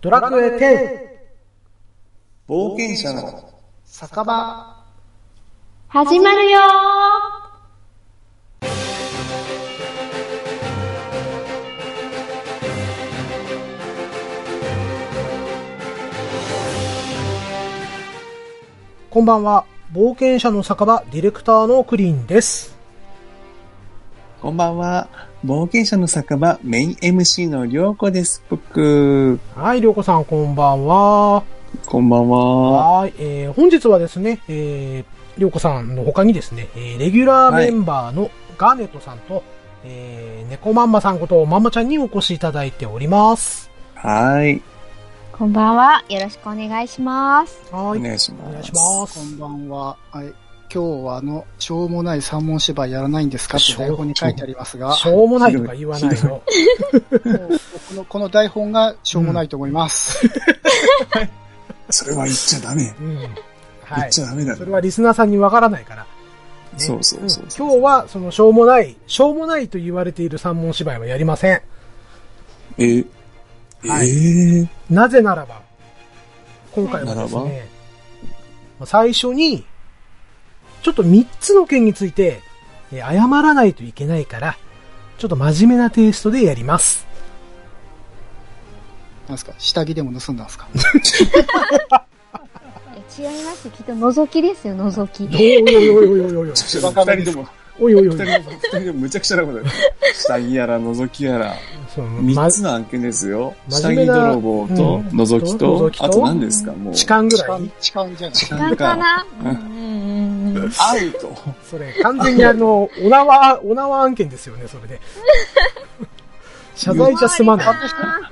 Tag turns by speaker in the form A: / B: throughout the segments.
A: ドラクエ10
B: 冒険者の
A: 酒場
C: 始まるよ
A: こんばんは冒険者の酒場ディレクターのクリーンです
B: こんばんは。冒険者の酒場メイン MC のりょうこです。僕、
A: はいりょうこさんこんばんは
B: こんばんは。
A: はい、えー、本日はですね、えー、りょうこさんの他にですね、えーレギュラーメンバーのガーネットさんと、えー、猫まんまさんことまんまちゃんにお越しいただいております
B: はい。
C: こんばんは。よろしくお願いします。
A: は
B: お
A: い
B: 願いし
A: お願
B: ま
A: いし
B: す。
A: ま
D: こ
A: す
D: んばんは。はい。今日はあの、しょうもない三文芝居やらないんですかって台本に書いてありますが、
A: しょうもないとか言わないよ。
D: もうこ のこの台本がしょうもないと思います。
B: それは言っちゃダメ。
A: うん。は
B: 言っ
A: い。
B: ちゃダメだ
A: それはリスナーさんにわからないから。ね
B: そうそうそうそう。
A: ん今日は、その、しょうもない、しょうもないと言われている三文芝居はやりません。
B: えー、
A: はい
B: えー、
A: なぜならば、今回はです
B: なら
A: ね、最初に、ちょっと3つの件について、えー謝らないといけないから、ちょっと真面目なテイストでやります。
D: なんすか下着でも盗んだんすか
C: 違います。きっと覗きですよ、覗き。
A: おいおいおいおいおいおいおい
B: ちょっと二人とも、
A: おいおいおい
B: 二人とも、二人ともむちゃくちゃなことだよ。下着やら覗きやら、
A: そのま
B: 三つの案件ですよ。
A: 真
B: 下
A: 面目
B: 着
A: な
B: 泥棒と
A: うん
B: 覗きと
A: 覗、きと
B: あと何ですかもう。
A: 痴漢ぐ
D: 痴
A: ら
D: 漢
A: い、
D: 痴漢じゃない
B: 痴漢
C: 簡単
B: か。
C: な。うんうんうんうん。
B: アウト。
A: それ完全にあの、お縄、お縄案件ですよね、それ で。謝罪じゃ済まない。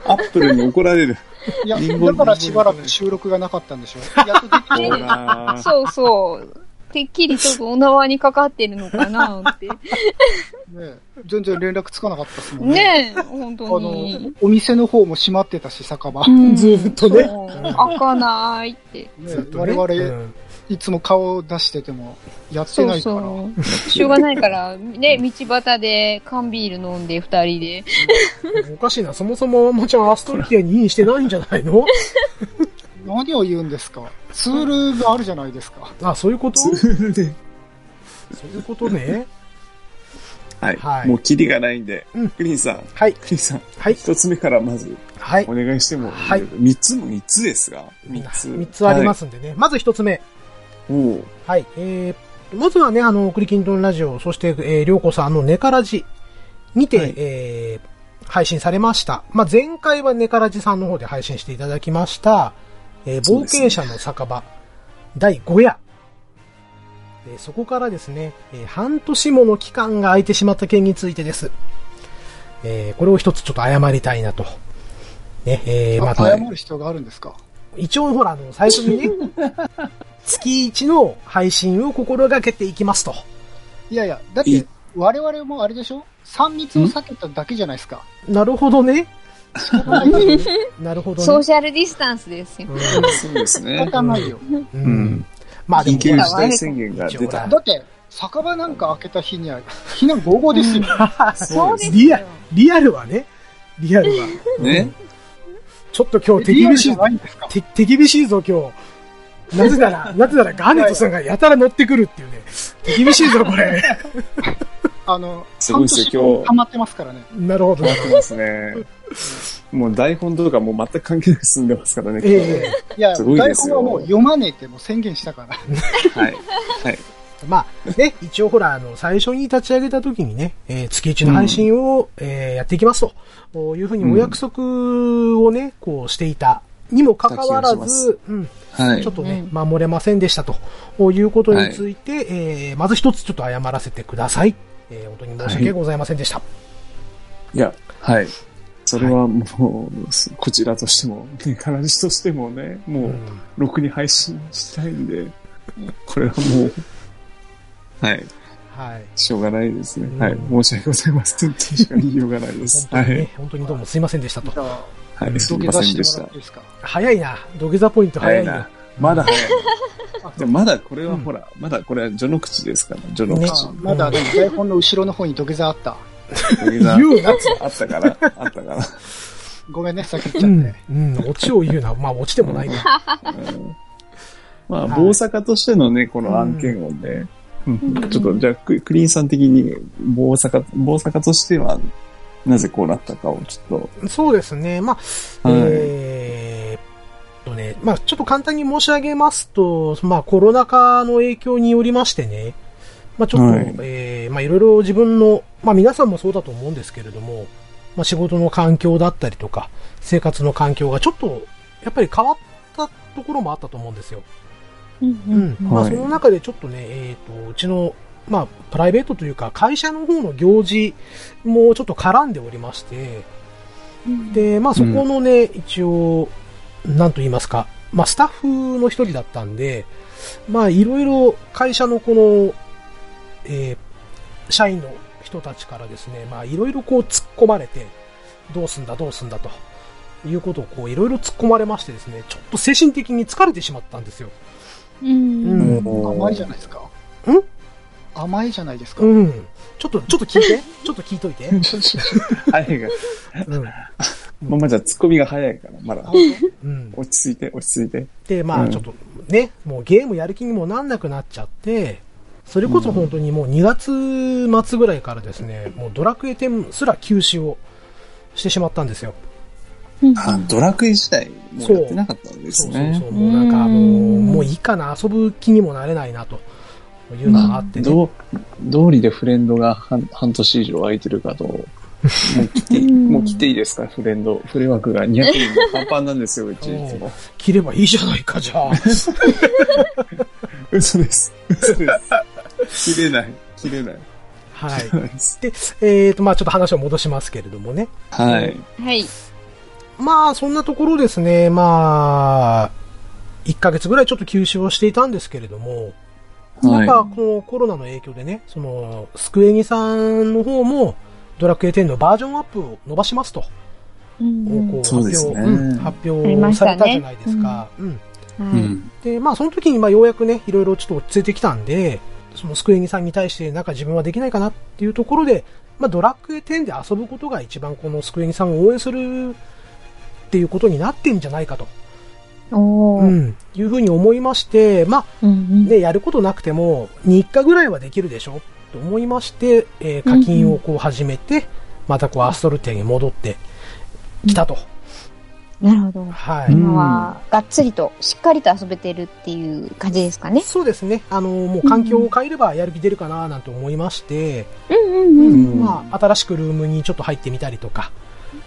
B: アップルに怒られる。
D: いや、
B: リンゴ
D: だからしばらく収録がなかったんでしょう。やっとでき
B: ほらー。
C: そうそう。てっきりちょっとお縄にかかってるのかなって。
D: ね全然連絡つかなかったですもんね。
C: ねえ、本
D: あ
C: 当
D: の
C: に。、
D: お店の方も閉まってたし、酒場。
C: うん
A: ずーっとね
C: そう開かないって。
D: ね
A: ずっと
D: 我
A: ね
D: 々、
A: うん
D: いつも顔を出してても、やって
C: そ
D: な
C: う
D: いから。
C: そう。しょうがないから、ね、道端で缶ビール飲んで二人で。
A: おかしいな、そもそもまんまちゃんアストルティアにインしてないんじゃない の
D: 何を言うんですかツールがあるじゃないですか。
A: あ、そういうことそ
B: で
A: ういうことね。
B: はい。
A: はい
B: もうキリがないんで、
A: うん
B: クリンさん、
A: はい。
B: クリンさん、
A: はい。
B: 一つ目からまず
A: はい
B: お。願いしても、
A: はい
B: 三つも三つですが、三つ。。
A: 三つありますすんでね。まず一つ目。
B: おう
A: はい。えー、まずはね、あの、クリキントンラジオ、そして、えー、りょうこさんあのネカラジにて、
B: はい
A: えー、配信されました。まあ、前回はネカラジさんの方で配信していただきました、えー、
B: そ
A: 冒
B: うですね
A: 険者の酒場、第5夜。えーそこからですね、えー半年もの期間が空いてしまった件についてです。えー、これを一つちょっと謝りたいなと。ね、えー、また
D: 謝、る必要があるんですか
A: 一応ほら、あの、最初にね、月一の配信を心がけていきますと。
D: いやいや、だっ
B: い
D: て、我々もあれでしょ ?3 密を避けただけじゃないですか。
A: なるほどね。
D: 仕方ないよね。
A: なるほど
C: ソー
A: ね。
C: シャルディスタンスですよ。
B: そうです
D: 仕
B: ね。
D: 方ないよ。
A: う
B: う。ん。
A: まあで
B: 緊
A: も
B: 急
A: ほら
B: 事態宣言が出た
A: うん。
D: だって、酒場なんか開けた日には、避難午後ですよ。
C: そうです
A: リ
C: よ
A: ア。、リアルはね、リアルは。
B: ね。
A: ちょっと 今日手
D: リア
A: 厳
D: ル
A: し
D: じ
A: い
D: ゃ、ないんですか
A: 手手厳しいぞ今日。なぜなら、なぜならガーネットさんがやたら乗ってくるっていうね。手厳しいぞこれ。
D: あの、
B: すごいで
D: 半
B: すよ
D: 年分
B: 今日
D: 溜まってますからね。
A: なるほど。
B: そうですね。もう台本とかもう全く関係なく進んでますからね。
A: ええ
D: いや、
B: すごいで
D: 台
B: す
D: 本
B: よ
D: はもう読まねえってもう宣言したから。
B: はい。
A: まあね、一応ほら、あの、最初に立ち上げた時にね、えー月一の配信を、えーやっていきますと、こういうふうにお約束をね、こうしていたにもかかわら
B: した気がし
A: ず、うん、
B: はい
A: ちょっ。とね、
C: う
A: 守れませんでしたと、こういうことについて、えーまず一つちょっと謝らせてください。えー本当に申し訳ございませんでした。
B: いや、はい。それはもう、こちらとしても、ね、必ずとしてもね、も
A: う、
B: うんろくに配信したいんで、これはもう、はい。
A: はい。
B: しょうがないですね。
A: うん
B: はい。申し訳ございませんってしか言いようがないで
A: 本。
B: す
A: 当
B: は
A: にね、
B: い。
A: 本当にどうもすいませんでしたと
D: じ。ゃあ、
B: はい。す
D: 土
B: み
D: 下
B: ま
D: 座
B: せ
D: し
B: ん
D: て
B: で
D: も
B: し
D: らったてい。いですか
A: 早いな。土下座ポイント
B: 早
A: 早
B: い
A: いよ
B: な。。まだ 早い
D: あ。
B: でもまだこれは
A: うん
B: ほら、まだこれは序の口ですから、序の
A: ね
B: 口
D: あ。まだでも台本の後ろの方に土下座あった。
B: 土下座
A: 言うなっつ
B: あったから、あったから。
E: ごめんね、先言っち
A: う
E: ゃって。
A: ん、うん、オチを言うな。まあ、オチでもないな。
B: まあ、
A: はい
B: 棒坂としてのね、この案件をね、うんちょっと、じゃあ、ククリーンさん的に、棒坂、棒坂としては、なぜこうなったかを、ちょっ
A: そうですね。まあ、
B: はい
A: えーっとね、まあ、ちょっと簡単に申し上げますと、まあ、コロナ禍の影響によりましてね、まあ、ちょっと、
B: はい
A: えーまあ、いろいろ自分の、まあ、皆さんもそうだと思うんですけれども、まあ、仕事の環境だったりとか、生活の環境がちょっと、やっぱり変わったところもあったと思うんですよ。うんまあ、
B: は
A: そ
B: い
A: の中でちょっとね、えー、とうちの、まあ、プライベートというか会社の方の行事もちょっと絡んでおりましてで、まあ、そこのね、一応なんと言いますか、まあ、スタッフの一人だったんで、まあ、いろいろ会社のこの、えー社員の人たちからですね、まあ、いろいろこう突っ込まれてどうすんだどうすんだということをこういろいろ突っ込まれましてですねちょっと精神的に疲れてしまったんですよ。
C: うん
A: うん
B: と。
E: 甘いじゃないですか。甘いじゃないですか。
A: うん。ちょっと、ちょっと聞いて。ちょっと聞いといて。
B: ちょっと早いが、
A: うん。
B: まあ、まあじゃあ、ツッコミが早いから、まだ
E: あ。の
A: うん。
B: 落ち着いて、落ち着いて。
A: で、ま
B: う
A: あ、
B: ん
A: ちょっとね、もうゲームやる気にもなんなくなっちゃって、それこそ本当にもう2月末ぐらいからですね、もうドラクエ10すら休止をしてしまったんですよ。
B: あ、ドラクエ自体、もうやってなかったんです
A: そうそう
B: ね
A: そ。う。もうなんかも
C: う
A: う、
C: ん
A: もういいかな、遊ぶ気にもなれないな、というのがあってね。
B: どう、道理でフレンドが半半年以上空いてるかと、もう来て、もう来ていいですか、フレンド。フレ枠が200人もパンパンなんですよ、うちいつも。
A: 切ればいいじゃないか、じ ゃあ。
B: 嘘です。嘘です。切れない。切れない。
A: はい。
B: 切れないです
A: で、えっ、と、まあちょっと話を戻しますけれどもね。
B: はい。
C: はい。
A: まあ、そんなところですね。まあ、1ヶ月ぐらいちょっと休止をしていたんですけれども、
B: はい。
A: やっぱこのコロナの影響でね、その、スクエニさんの方も、ドラクエ10のバージョンアップを伸ばしますと、こ
B: そうですね
A: ん発
C: ありま
A: 表
C: し
A: さ
C: たね
A: れたじゃないですか。うん。
B: う
C: は
B: ん。
A: で、まあ、その時に、まあ、ようやくね、いろいろちょっと落ち着いてきたんで、そのスクエニさんに対して、なんか自分はできないかなっていうところで、まあ、ドラクエ10で遊ぶことが一番このスクエニさんを応援するっていうことになってんじゃないかと。
C: い。お
A: う
C: ー。
A: ん、いうふうに思いまして、まあ、
C: で、
A: ね、やることなくても、日課ぐらいはできるでしょと思いまして、えー課金をこう始めて、またこうアストルテに戻ってきたと。
C: なるほど。
A: は
B: う
A: い。
B: ん
C: 今は、がっつりと、しっかりと遊べてるっていう感じですかね。
A: そうですね。あのーもう環境を変えればやる気出るかななんて思いまして、
C: うんうんうん。
B: ん
A: まあ、新しくルームにちょっと入ってみたりとか、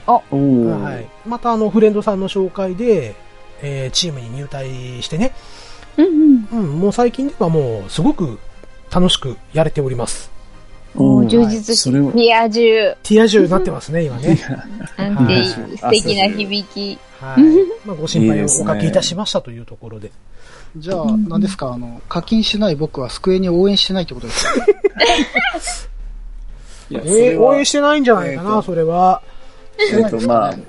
B: おー
A: はい。またあの、フレンドさんの紹介で、えーチームに入隊してね、
C: うんうん。
A: うん、もう最近ではもう、すごく楽しくやれております。
C: も
B: お
C: う
B: ー
C: 充実
B: そ
C: し
B: れは、
C: リア充。
A: ティア10になってますね、今ね。
C: なんて、
B: はい
C: 素敵な響き。
A: はい。 まあ、ご心配をおかけいたしましたというところで。
E: じゃあ、何ですか、あの、課金しない僕は救えに応援してないってことですか
B: いやそ
A: え
B: れ
A: ー
B: は
A: 応援してないんじゃないかな、
B: えーと
A: それは。
B: えっと、まあ、
A: うん。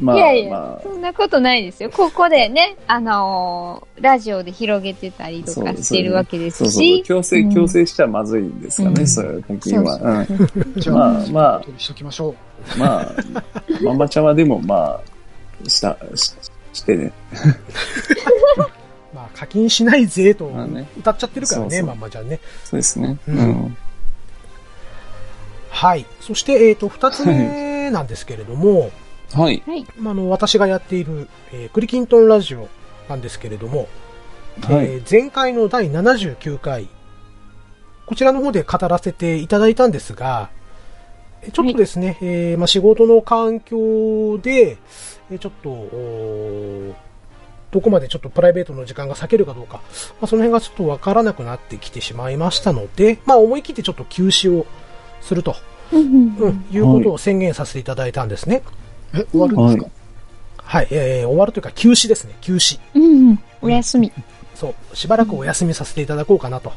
B: まあ
C: いやい、や
B: ま、
C: そんなことないですよ。ここでね、あのーラジオで広げてたり
B: あ、
C: と
B: そう
C: かしてるわけで
B: そう
C: す
B: そう。
C: し。
B: 強制、強制しちゃまずいんですか
A: う
B: ね、
A: ん
B: そういう課金は。うん。
E: じゃあ、
B: まあま
E: そ
B: あ
E: ういうことにしときましょう。
B: まあ、ママちゃんはでもまあ、した、ししてね。
A: まあ、課金しないぜと
B: まあね
A: 歌っちゃってるからね、
B: そうそう
A: まんまちゃんね。
B: そうですね。
A: う
B: うんん。
A: はい。そして、えっ、と、二つ目なんですけれども、
B: はい。
A: まあ、あの、私がやっている、えークリキントンラジオなんですけれども、
B: は
A: え
B: い。
A: ー前回の第79回、こちらの方で語らせていただいたんですが、えちょっとですね、えーまあ、仕事の環境で、えーちょっと、おーどこまでちょっとプライベートの時間が割けるかどうか、まあ、その辺がちょっとわからなくなってきてしまいましたので、まあ、思い切ってちょっと休止をすると、
C: うん
A: うん、いうことを宣言させていただいたんですね。
E: え、終わるんですか、
A: はい、えー終わるというか休止ですね、休止。
C: うんうん。お休み。
A: そう、しばらくお休みさせていただこうかなと。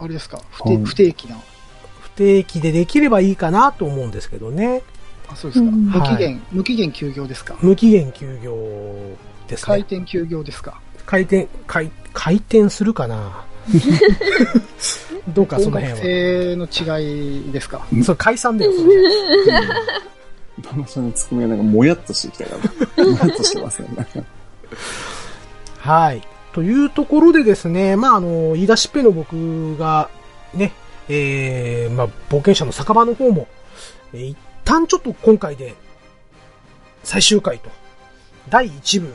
E: あれですか不
B: う
E: 定
B: ん
E: 不定期な。
A: 不定期でできればいいかなと思うんですけどね。
E: あ、そうですか。
C: うん
E: 無期
A: は
E: 限、無期限休業ですか
A: 無期限休業です
E: 回
A: ね。
E: 転休業ですか
A: 回転、回、回転するかなどうかそ
E: 音
A: の
E: 楽
A: 辺は。
E: 性の違いですか
A: そう、解散だよ、その辺
B: ママさんのツッコミがなんかもやっとしてきた から、もやっとしてますね。なんか
A: はい。というところでですね、まあ、あの、言い出しっぺの僕が、ね、えー、まあ、冒険者の酒場の方も、えー一旦ちょっと今回で、最終回と、第1部、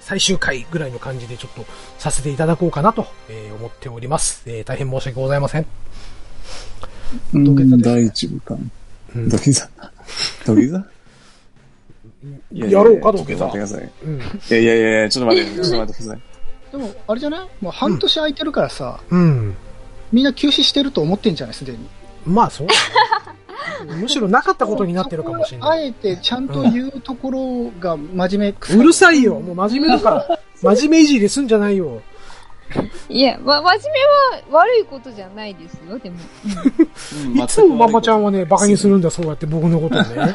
A: 最終回ぐらいの感じでちょっとさせていただこうかなと、えー思っております。えー大変申し訳ございません。
B: う
A: 土下座で
B: ん、
A: すね
B: 第一部か。
A: うん
B: 土下座土下座いい
A: やろうか土下座
B: ちょっと待ってください。
A: うん。
B: いやいやいやいや、ちょっと待って、ちょっと待ってください。
E: でも、あれじゃないもう半年空いてるからさ、
A: うん。
E: みんな休止してると思ってんじゃないすでに。
A: まあ、そうだね。む しろなかったことになってるかもしれ
E: そ
A: ない。
E: こをあえてちゃんと言うところが真面目くさ
A: うるさいよ。もう真面目だから。真面目いじりすんじゃないよ。
C: いや、ま、真面目は悪いことじゃないですよ、でも。
B: うん
A: いつもママちゃんはね、バカにす
B: る。
A: るんだ、そうやって僕のことをね。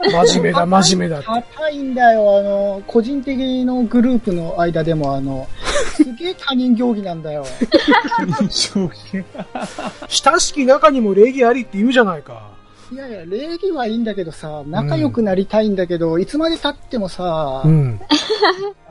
A: 真面目だ、真面目だって。
E: 硬いんだよ、あの、個人的のグループの間でも、あの、すげえ他人行儀なんだよ。
B: 衝撃
A: 親しき中にも礼儀ありって言うじゃないか。
E: いやいや、礼儀はいいんだけどさ、仲良くなりたいんだけど、いつまで経ってもさ、
A: うん。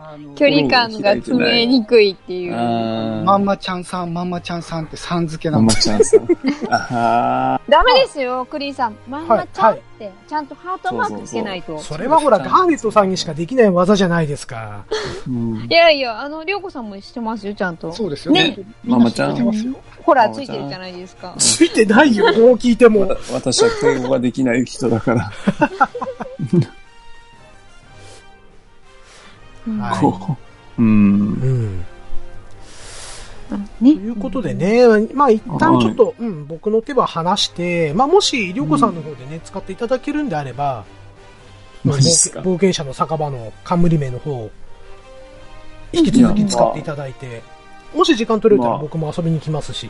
E: あの
C: 距離感が詰めにくいっていう。
B: あ
E: まんまちゃんさん、まんまちゃんさんってさん付けな
B: マ
E: の
B: マ。ちゃんさん。あ
C: ダメですよ、クリーンさん。まんまちゃんって、ちゃんとハートマークつけないと。
A: それはほら、ガーネットさんにしかできない技じゃないですか。
B: ーうん
C: いやいや、あの、りょうこさんもしてますよ、ちゃんと。
E: そうですよね。
C: ね
E: みな知ってますよ
C: ほら、ついてるじゃないですか。
A: ついてないよ、こう聞いて
B: わ
A: も。
B: た私は敬語ができない人だから、
A: はい
B: こう。うん。
A: うん。
C: ね
A: ということでね、まあ一旦ちょっと、うん、僕の手は離して、まあもし、りょうこさんの方でね、使っていただけるんであれば、
B: マジっすか
A: 冒険者の酒場の冠名の方を、引き続き使っていただいて、もし時間取れたら僕も遊びに来ますし、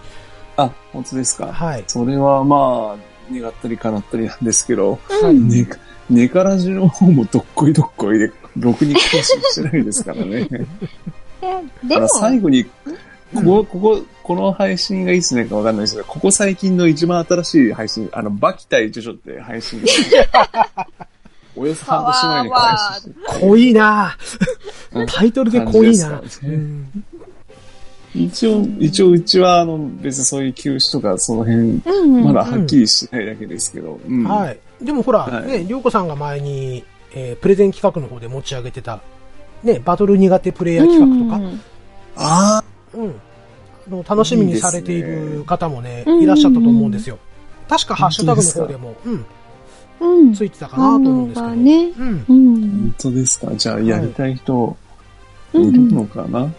B: あ、本当ですか。
A: はい。
B: それはまあ、願ったり叶ったりなんですけど、
A: はい
B: ね、ねからじの方もどっこいどっこいで、ろくに更新してない ですからね。
C: え
B: だ
C: で
B: か
C: も
B: ら、最後に、ここ、ここ、この配信がいつになるかわかんないですけど、ここ最近の一番新しい配信、あの、バキ対ジョジョって配信がおよそ半年前に開始して
A: 濃いな
B: う
A: ぁ
B: ん
A: タイトルで濃いな
B: 感じですか
A: ぁ
B: ね
A: うん
B: 一応、一応うちは、あの、別にそういう休止とか、その辺、
C: うんうん
B: まだはっきりしてないだけですけど、うん。
A: はい。でもほら、
B: はい
A: ね、りょうこさんが前に、えープレゼン企画の方で持ち上げてた、ね、バトル苦手プレイヤー企画とか、
C: うん
B: あ
A: うん。あの楽しみにされてい
B: いいです
A: る
B: ね
A: 方もね、
C: うん
A: いらっしゃったと思うんですよ。確かハッシュタグの方
B: 本当
A: で
B: で
A: も、うん、
C: うん。
A: ついてたかなと思うんですけ
C: 反応が
A: ど。
C: ね。
A: うん。
C: うん。
B: 本当ですかじゃあ、やりたい人、いるのかな、
A: ね、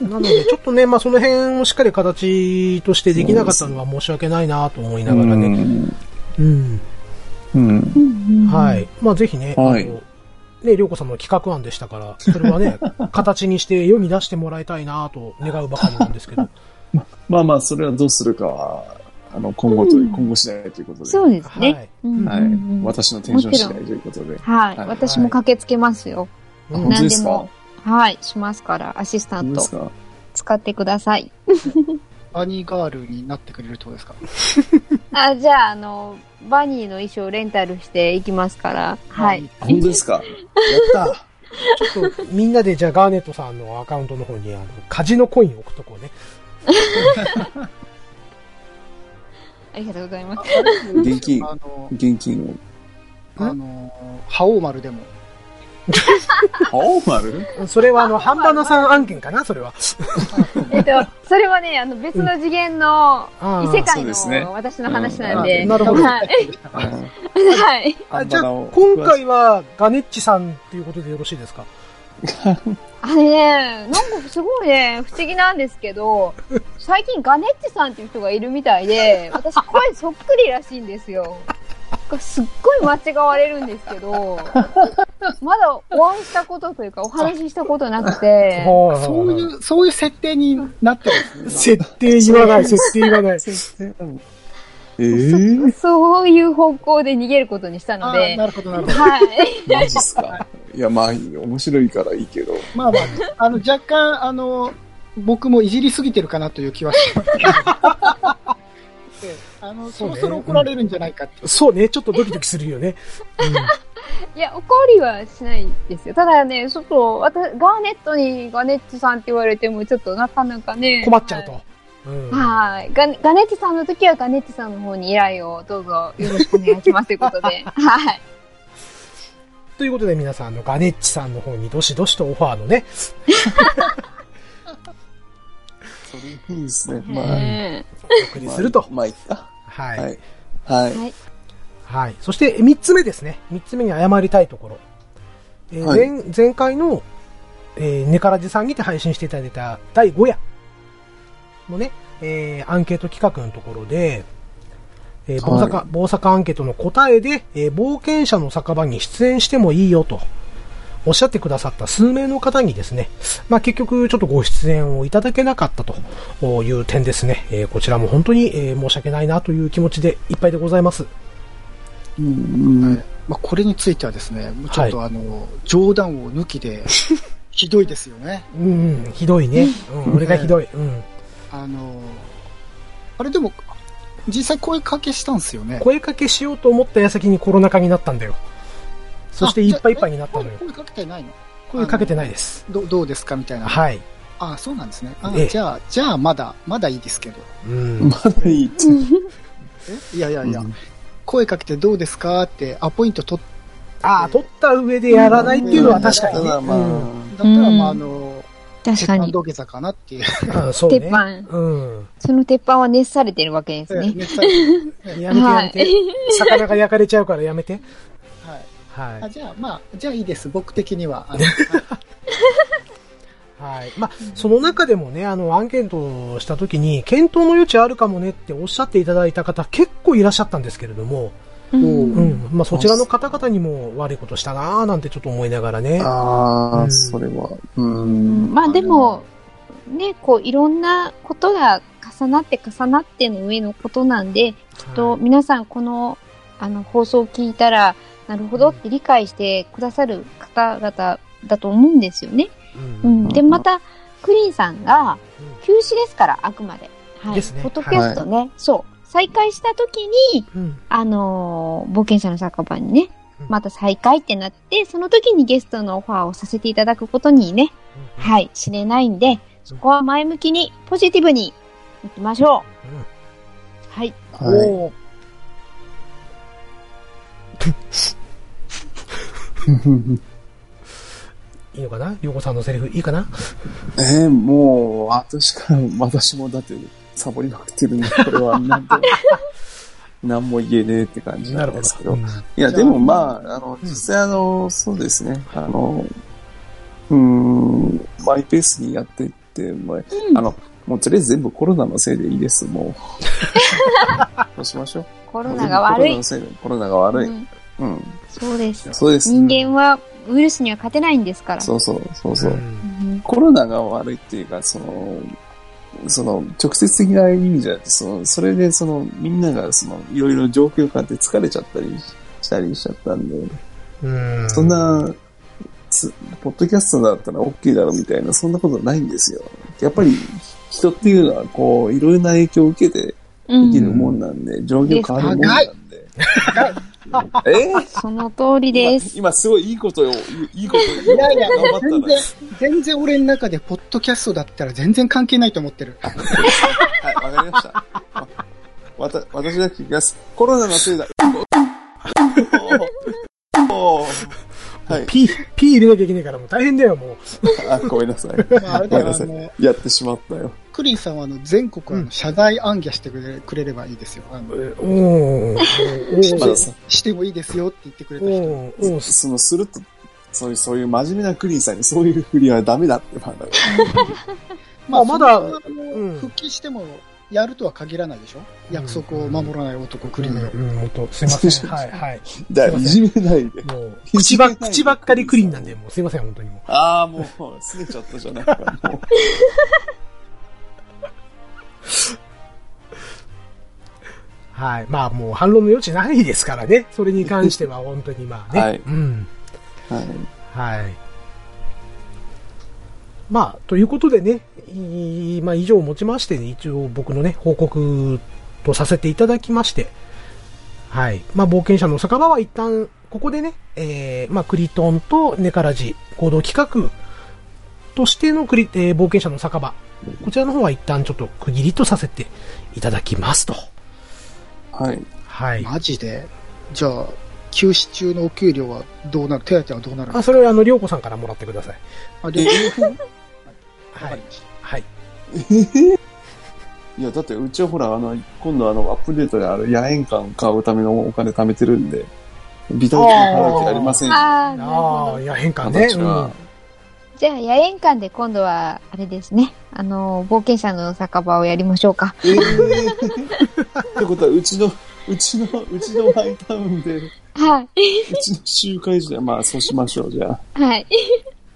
A: なので、ちょっとね、まあ、その辺をしっかり形としてできなかったのは申し訳ないなと思いながらね。うん。
B: うん。
C: うん
A: はい。。まあ、ぜひね、
B: はい
A: あの、ね、りょうこさんの企画案でしたから、それはね、形にして世に出してもらいたいなと願うばかりなんですけど。
B: まあまあ、それはどうするかは、あの、今後と、
C: うん
B: 今後次第ということで。
C: そうです
A: は
C: ね。
A: い。
C: うん
B: は
C: う
B: い
C: ん。うん
B: 私のテンション次第ということで。
C: はい。
B: はい
C: 私も駆けつけますよ。
A: うん
B: 本当
C: 何
B: で
C: です
B: か
C: も。はい。しますから、アシスタ
B: どう
C: ン
B: で
C: ト
B: すか
C: 使ってください。
E: バニーガールになってくれるってことですか
C: あ、じゃあ、あの、バニーの衣装レンタルしていきますから。はい。
B: あ本当ですかやった
A: ちょっと、みんなで、じゃあ、ガーネットさんのアカウントの方に、あの、カジノコイン置くとこうね。
C: ありがとうございます。
B: 現金
E: あの、
B: 現金を。
E: あの、覇王丸でも。
B: 青丸
A: それは、あの、ハンバナさん案件かな、それは。
C: えっと、それはね、あの、別の次元の
A: あ
C: 異
A: ー
C: 世界
B: そうですね
C: の私の話なんで。
A: うんなるほど
C: はい。
B: あ
C: はい。
A: あじゃあ、今回は、ガネッチさんっていうことでよろしいですか
C: あれね、なんかすごいね、不思議なんですけど、最近ガネッチさんっていう人がいるみたいで、私声そっくりらしいんですよ。すっごい間違われるんですけど、まだお会いしたことというかお話ししたことなくて、
E: そうい
A: は
E: う、そういう設定になってるん
A: い
E: ですね。
A: 設定言わない、設定言わない。
B: えー、
C: そういう方向で逃げることにしたの
E: あ
C: で
E: ー、なるほど、なるほど。
C: はい。
B: マジっすかいや、まあ、面白いからいいけど。
E: まあまあ、あの、若干、あの、僕もいじりすぎてるかなという気はします。って、あの、
A: そ
E: そう
A: ね
E: ろそろ怒られるんじゃないかって。
A: そうね、ちょっとドキドキするよね。
C: いや、怒りはしないですよ。ただね、ちょっと、私、ガーネットにガネッチさんって言われても、ちょっとなかなかね。
A: 困っちゃうと。うん。
C: はい。ガガネッチさんの時はガネッチさんの方に依頼をどうぞよろしくお願いしますという ことで。はい。
A: ということで皆さん、あの、ガネッチさんの方にどしどしとオファーのね、
B: それいいですね。まあ、
C: ね
A: お送りすると。
B: まあ、いっか。
A: はい。
B: はい。はい。
C: はい
A: はい。そして、え三つ目ですね。三つ目に謝りたいところ。えー
B: はい
A: 前前回の、えー、ネカラジさんにて配信していただいた第5夜のね、えーアンケート企画のところで、えー、
B: はい
A: 大阪、大阪アンケートの答えで、えー冒険者の酒場に出演してもいいよと、おっしゃってくださった数名の方にですね、まあ、結局ちょっとご出演をいただけなかったという点ですね。えーこちらも本当に、えー申し訳ないなという気持ちでいっぱいでございます。
B: うんうん
D: まあ、これについてはですね、もうちょっとあの、冗談を抜 きで、ひどいですよね。
A: うん、うんひどいね。うん、俺がひどい。うん。
D: あの、あれでも、実際声かけしたんですよね。
A: 声かけしようと思った矢先にコロナ禍になったんだよ。そしていっぱいいっぱいになったのよ
D: あじゃあえ。声声かけてないの
A: 声かけてないです。
D: どどうですかみたいな。
A: はい。
D: あそうなんですね。あ
A: ええ
D: じゃあ、じゃあまだ、まだいいですけど。
A: うん。
B: まだいい。
D: いやいやいや、
B: うん
D: 声かけてどうですかって、アポイント取っ
A: ああ、取った上でやらないっていうのは確かにね。
B: ただまあ、
A: うん
D: だったら、
C: うん
D: まあ、あの、
C: 確か
D: 鉄板
C: に。
D: 土下座かなっていう。
A: あーそう
C: 鉄
A: ね。
C: 板。
A: うん。
C: その鉄板は熱されてるわけですね。
D: 熱帯魚ね
A: やめてやめて。魚が焼かれちゃうからやめて。
D: はい。
A: はい
D: あ。じゃあ、まあ、じゃあいいです。僕的には。あの
A: はい。まあ、その中でもね、あの、アンケートをしたときに、検討の余地あるかもねっておっしゃっていただいた方、結構いらっしゃったんですけれども、
C: うん
A: うん。まあ、そちらの方々にも悪いことしたなぁ、なんてちょっと思いながらね。
B: ああ、
A: うん
B: それは。うん。
C: まあでも、ね、こういろんなことが重なって重なっての上のことなんで、と
A: はい
C: 皆さんこのあの放送を聞いたら、なるほどって理解してくださる方々だと思うんですよね。
A: うん
C: うん、で、また、クリーンさんが
A: うん
C: 休止ですから、あくまで。はい。
A: ですね
C: ポッドキャストね、そう。再開した時に、
A: うん
C: あのー冒険者の酒場にね
A: うん、
C: また再開ってなって、その時にゲストのオファーをさせていただくことにね、はい、知れないんで、そこは前向きに、ポジティブに行きましょ
A: うん
C: う。はい。
B: はい。
A: おーいいのかなりょうこさんのセリフいいかな
B: えー、もう、私から、私もだって、サボりまくってるんで、これは、なんと、なんも言えねえって感じなんですけど。
A: うん
B: いや、
D: じゃあ
B: でもまあ、あの、
A: うん
B: 実際あの、そうですね、あの、うーん、マイペースにやってって、まあ、あの、もうとりあえず全部コロナのせいでいいです、もう。そうしましょう。
C: コロナが
B: コ
C: 悪
B: ロナの
C: い。
B: せいで、コロナが悪
C: う
B: い。
C: ん
B: うん。
C: そうです。
B: そうです。
C: 人間はウイルスには勝てないんですから。
B: そうそう、そうそうう。
A: ん
C: うん
B: コロナが悪いっていうか、その、その、直接的な意味じゃなくて、その、それで、その、みんなが、その、いろいろ状況変わって疲れちゃったりしたりしちゃったんで、
A: うん
B: そんな、つポッドキャストだったら OK だろみたいな、そんなことないんですよ。やっぱり、人っていうのは、こう、いろいろな影響を受けて生きるもんなんで、状況変わるもんなんで。えー
C: その通りです。
B: 今、今すごいいいことを、いいいことを言
E: い
B: おう
E: やい や
B: 頑張ったの
E: 全
B: に
E: 然。、
D: 全然俺の中で、ポッドキャストだったら全然関係ないと 思ってる。
B: はい、わかりました。わた、私だけ聞きます。コロナのせいだ。 おおはい、
A: ピー、ピー入れなきゃいけないからもう大変だよ、もう。
B: あ、ごめんなさい。
D: まあ、あれ
B: ごめん
D: だよ、
B: な
D: あ
B: さ
D: の、
B: い。やってしまったよ。
D: クリンさんはあの全国あ
A: うん
D: の謝罪暗記してくれ,、くれればいいですよ。あの
A: うんおーお
D: し
B: まださ
D: てしてもいいですよって言ってくれた人。
A: ーおー
B: その、すると、そういう、そういう真面目なクリーンさんにそういうふりはダメだって、まだ。
A: まあまだ
D: そのあの
A: うん
D: 復帰してもやるとは限らないでしょ約束を守らない男クリンの。
A: うん、本当すいません。はい、はい。
B: だからいじめないで。
A: もう、口ば、口ばっかりクリーンなんで、もうすいません、本当にも
B: ああ、もう、すねちゃったじゃないか。もう
A: う。はい。まあ、もう反論の余地ないですからね。それに関しては、本当にまあね。
B: はい
A: うん。
B: はい。
A: はい。まあ、ということでね、いまあ、以上をもちまして、一応僕のね、報告とさせていただきまして、はい。まあ、冒険者の酒場は一旦、ここでね、えー、まあ、クリトンとネカラジ行動企画としてのクリ、えー冒険者の酒場、こちらの方は一旦ちょっと区切りとさせていただきますと。
B: はい。
A: はい。
D: マジでじゃあ、休止中のお給料はどうなる手当はどうなる
A: あ、それはあの、りょうこさんからもらってください。
D: あ、 で、両方わ
A: は
D: か
A: い
D: り。ました。
A: はい。
B: いや、だってうちはほら、あの、今度あの、アップデートであの、野縁館買うためのお金貯めてるんで、ビタミン払う気ありませんよ。
C: ああ、なる
A: あ
C: ほ
A: あ、
C: ど。
A: いや、変化ね。
B: 私
A: うん。
B: は
A: は、
C: じゃあ、野縁館で今度は、あれですね。あの、冒険者の酒場をやりましょうか。
B: ええってことは、うちの、うちの、うちのマイタウンで、う
C: はい。
B: ちの集会所で、まあ、そうしましょう、じゃ
C: はい。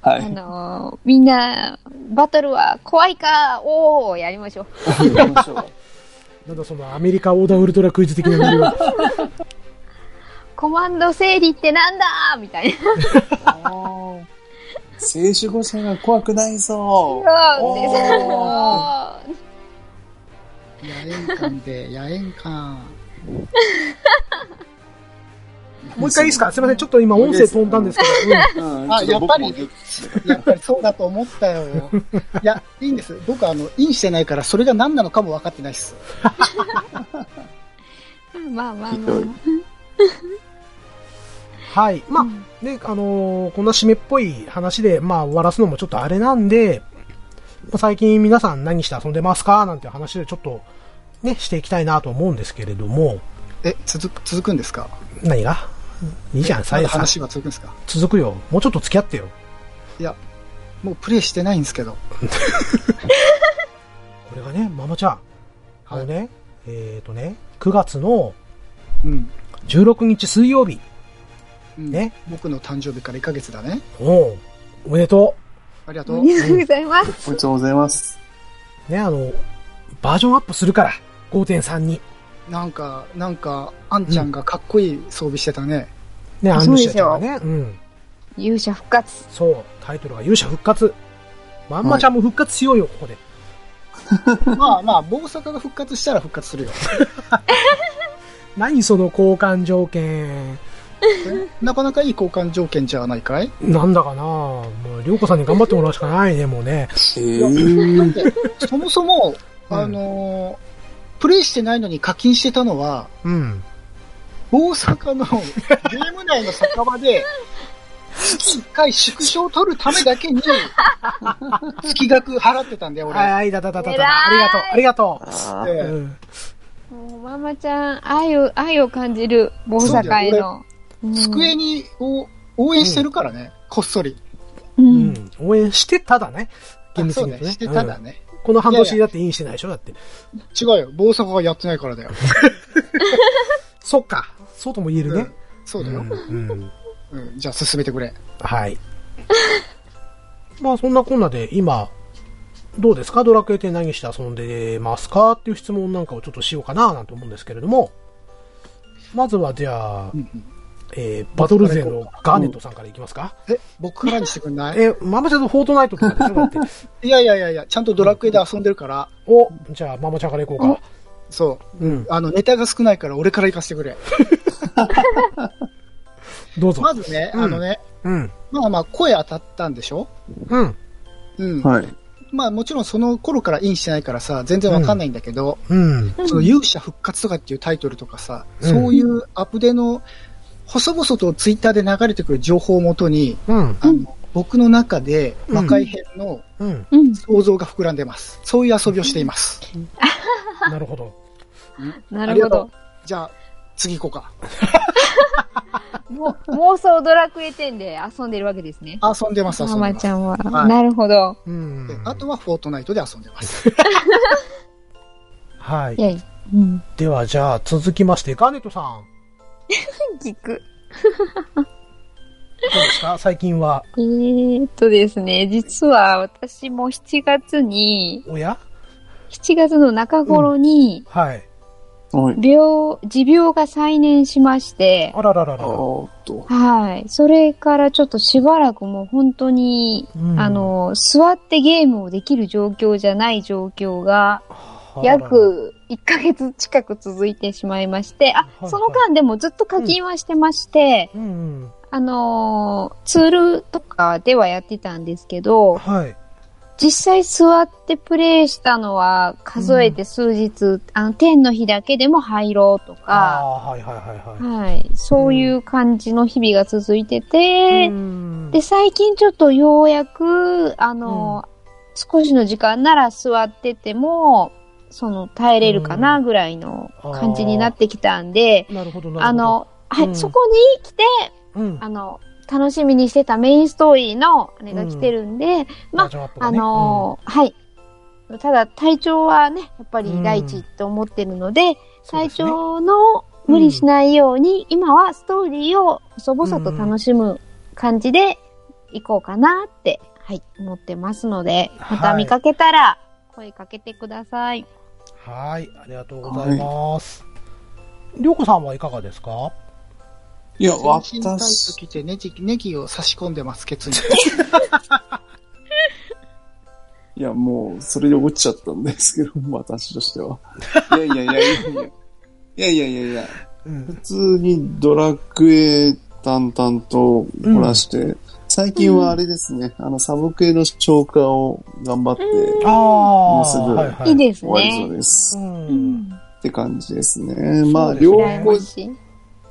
B: あ。は
C: あ
B: い。
C: の、みんな、バトルは怖いか、おおやりましょう。
B: やりましょう。
A: なんだその、アメリカ横断ウルトラクイズ的なノリは。
C: コマンド整理ってなんだみたいな。
B: 聖守護者が怖くないぞ。
C: そうです おー
D: 野縁館で、野縁館。
A: もう一回いいですかすいません。ちょっと今音声飛んだんですけど。うん
B: うん、
D: あ
B: ちょと僕も
D: やっぱりやっぱりそうだと思ったよ。いや、いいんです。僕あの、インしてないから、それが何なのかも分かってないです。
C: まあまあ
B: ひ
C: ま
B: どい
C: あ。
A: はい。まあ、ね、あのーこんな締めっぽい話で、まあ、終わらすのもちょっとあれなんで、まあ最近皆さん何して遊んでますかなんて話でちょっと、ね、していきたいなと思うんですけれども、
D: え、続く、続くんですか
A: 何がいいじゃん、
D: ま
A: 最
D: だ
A: 後さ、
D: 話は続くんですか
A: 続くよ。もうちょっと付き合ってよ。
D: いや、もうプレイしてないんですけど。
A: これがね、ママちゃん。あのね、えっ、とね、9月の
D: うん。
A: 16日水曜日。
D: うん
A: ね。
D: 僕の誕生日から1ヶ月だね。
A: おうおめでと
D: ありがと
C: あ
D: う。
C: りがとうございます。
B: おめでとうございます。
A: う。ね、あの、バージョンアップするから、5.3に。
D: なんか、なんか、あんちゃんがかっこいい装備してたね。
A: ね、アン
C: そう
A: ルシ
C: で
A: ア
C: す
A: ちゃん
C: よ
A: がね、うん。
C: 勇者復活。
A: そう、タイトルが勇者復活。まんまちゃんも復活しようよ、ここで。
D: まあまあ、大阪が復活したら復活するよ。
A: 何その交換条件。
D: なかなかいい交換条件じゃないかい
A: なんだかなもう、りょうこさんに頑張ってもらうしかないね、もうね。
B: えー、
D: そもそも、
A: うん
D: あのープレイしてないのに課金してたのは、
A: うん。
D: 大阪のゲーム内の酒場で、月1回縮小を取るためだけに、月額払ってたんだよ、
A: はい、
D: 俺。
A: はい、だだだだ
C: 偉い
A: だ。ありがとう、ありがと
B: あ
D: で
A: う。うん。
C: もうママちゃん、愛を、愛を感じる、大阪への。うん
D: 机にを応援してるからね、こっそり。
C: う。
A: うんん。応援してただね。厳
D: あ
A: 密
D: そ
A: に
D: う
A: 言う
D: ね
A: と、ね。
D: してただ
A: うん
D: ね。
A: この半
D: い
A: 年
D: やい
A: だってインしてないでしょだって。
D: 違うよ、大阪がやってないからだよ。
A: そっか。そうとも言える
D: う
A: ね
D: ん。そう
A: う
D: だ
A: ん
D: よ。
A: うん。
D: うん、じゃあ進めてくれ。
A: はい。 まあ、そんなこんなで、今、どうですかドラクエって何して遊んでますかっていう質問なんかをちょっとしようかななんて思うんですけれども、まずはじゃあ、えーバトル勢のガーネットさんからいきますか、
D: え、僕からにしてくんない
A: えー、ママちゃんとフォートナイトとかでしょだ って。
D: いやいやいやいや、ちゃんとドラクエで遊んでるから、
A: お、じゃあママちゃんからいこうか。
D: そう。
A: うん。
D: あの、ネタが少ないから俺から行かせてくれ。
A: どうぞ。
D: まずね、
A: うん
D: あのね、
A: うん。
D: まあまあ、声当たったんでしょ
A: うん。
D: うん。
B: はい。
D: まあもちろんその頃からインしてないからさ、全然わかんないんだけど、
A: うん。
C: ん
D: その勇者復活とかっていうタイトルとかさ、
A: うん
D: そういうアップデの、細々とツイッターで流れてくる情報をもとに、
A: うん。
D: あの、僕の中で
A: うん
D: 魔界編の
A: うん。
C: うん。
D: 想像が膨らんでます。そういう遊びをしています。
A: なるほど。
C: なるほ
D: あり
C: ど。
D: じゃあ、次行こうか。
C: も妄想ドラクエ10で遊んでるわけですね。
D: 遊んでます、遊んで
C: マ
D: ます。
C: マちゃんは。
D: はい
C: なるほど。
A: うん
D: で。あとはフォートナイトで遊んでます。
A: はい
C: イ。ェイ。うん。
A: では、じゃあ続きまして、ガーネットさん。
C: 聞く。
A: どうですか最近は。
C: えーっとですね、実は私も7月に、
A: おや
C: 7月の中頃に、
A: はい。
B: はい。
C: 病、持病が再燃しまして、
A: あららら
B: あ
A: ら。
B: ーっと。
C: はい。それからちょっとしばらくもう本当に、
A: うん
C: あの、座ってゲームをできる状況じゃない状況が
A: はい
C: 約1ヶ月近く続いてしまいまして、あ
A: は、い
C: その間でもずっと課金はしてまして、
A: うんうん。
C: あのーツールとかではやってたんですけど、
A: はい。
C: 実際座ってプレイしたのは数えて数日、あの、天の日だけでも入ろうと
A: あ
C: か、
A: あー、はいはいはいは
C: はい、そういう感じの日々が続いて
A: い。
C: て、
A: うん
C: で、最近ちょっとようやく、あの、少しの時間なら座ってても、その、耐えれるかなぐらいの感じになってきたんで、
A: なるほどなるほど。
C: あ、の、はい、
A: うん
C: そこに来て、
A: うん。
C: あの、楽しみにしてたメインストーリーのあれが来てるんで、ま
A: バージョンアップ
C: あ
A: がね
C: のーはい。ただ、体調はね、やっぱり第一と思ってるので、体、
A: うん
C: 調の無理しないように、今はストーリーを細々と楽しむ感じで行こうかなって、はい、思ってますので、また見かけたら声かけてください。
A: そうですねはい、ありがとうございます。りょうこさんはいかがですか
B: いや、
D: 全身タイ
B: 私
D: ツ、着てネジ、ネギを差し込んでます、ケツに。
B: いや、もう、それで落ちちゃったんですけど、私としては。いやいやいやいやいや。いやいやいやいや。
A: うん。
B: 普通にドラクエ淡々とこなして、最近はあれですね、あの、サブクエの消化を頑張って
A: ああ、
B: うすぐ
A: はいはい
C: い、いです
B: 終わりそ
C: ね
B: う。です。
A: うん
C: うん。
B: って感じですね。ま
A: そ
B: あ、
A: うです
B: 両
A: ね
C: 羨
B: 方
C: ま、しい。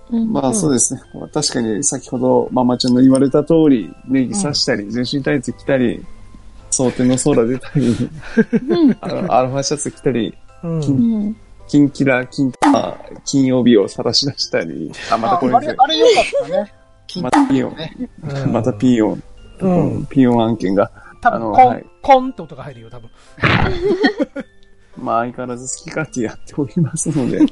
C: うん。
B: まあそうですね。確かに先ほどママちゃんの言われた通り、ネギ刺したり、全身タイツ着たり、蒼天のソーラ出たり、あのアロハシャツ着たり、
A: うん
C: うん。
B: 金キラ、金タマ、金帯を晒し出したり、あ、またこれ
D: あ
B: です
D: れ
B: ね、。
D: あれ良かったね。
B: またピヨン。 またピヨン。
A: うん
B: ピヨン案件が。
A: 多
B: あの
A: 分、コ
B: は
A: ン
B: い、
A: コンって音が入るよ、多分。
B: まあ相変わらず好き勝手やっておりますので。
C: ね、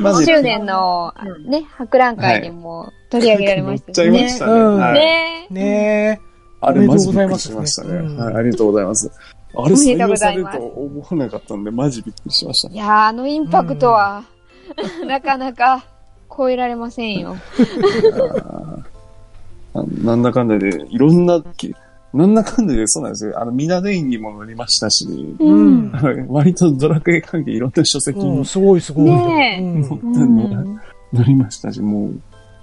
B: マジ
C: 8周年の、あね、博覧会でも取り上げられました
B: 乗っちゃい
C: よ
B: ま
C: ね。
B: したね。
A: うん
B: はい
C: ねえ。
A: ね
B: あれ、
A: おめ
B: マ
A: で
B: ジ
A: とう
B: び
A: ございま
B: っくり
A: す
B: しましたね。
A: うん
B: はい、ありがとうございます。あれ、
C: おめで
B: 採
C: とうご
B: 用
C: ざ
B: され
C: い
B: る
C: ます
B: と思わなかったんで、マジびっくりしました
C: い。やー、あのインパクトは、なかなか超えられませんよ。
B: あなんだかんだで、いろんな、きなんだかんだで、そうなんですよ。あの、ミナデインにも乗りましたし、
A: え。うん。
B: 割とドラクエ関係いろんな書籍
A: う
B: に
A: ん、すごいすごい。
C: ねえ
A: うん
C: う
B: うん
C: ん。
B: 乗りましたし、もう、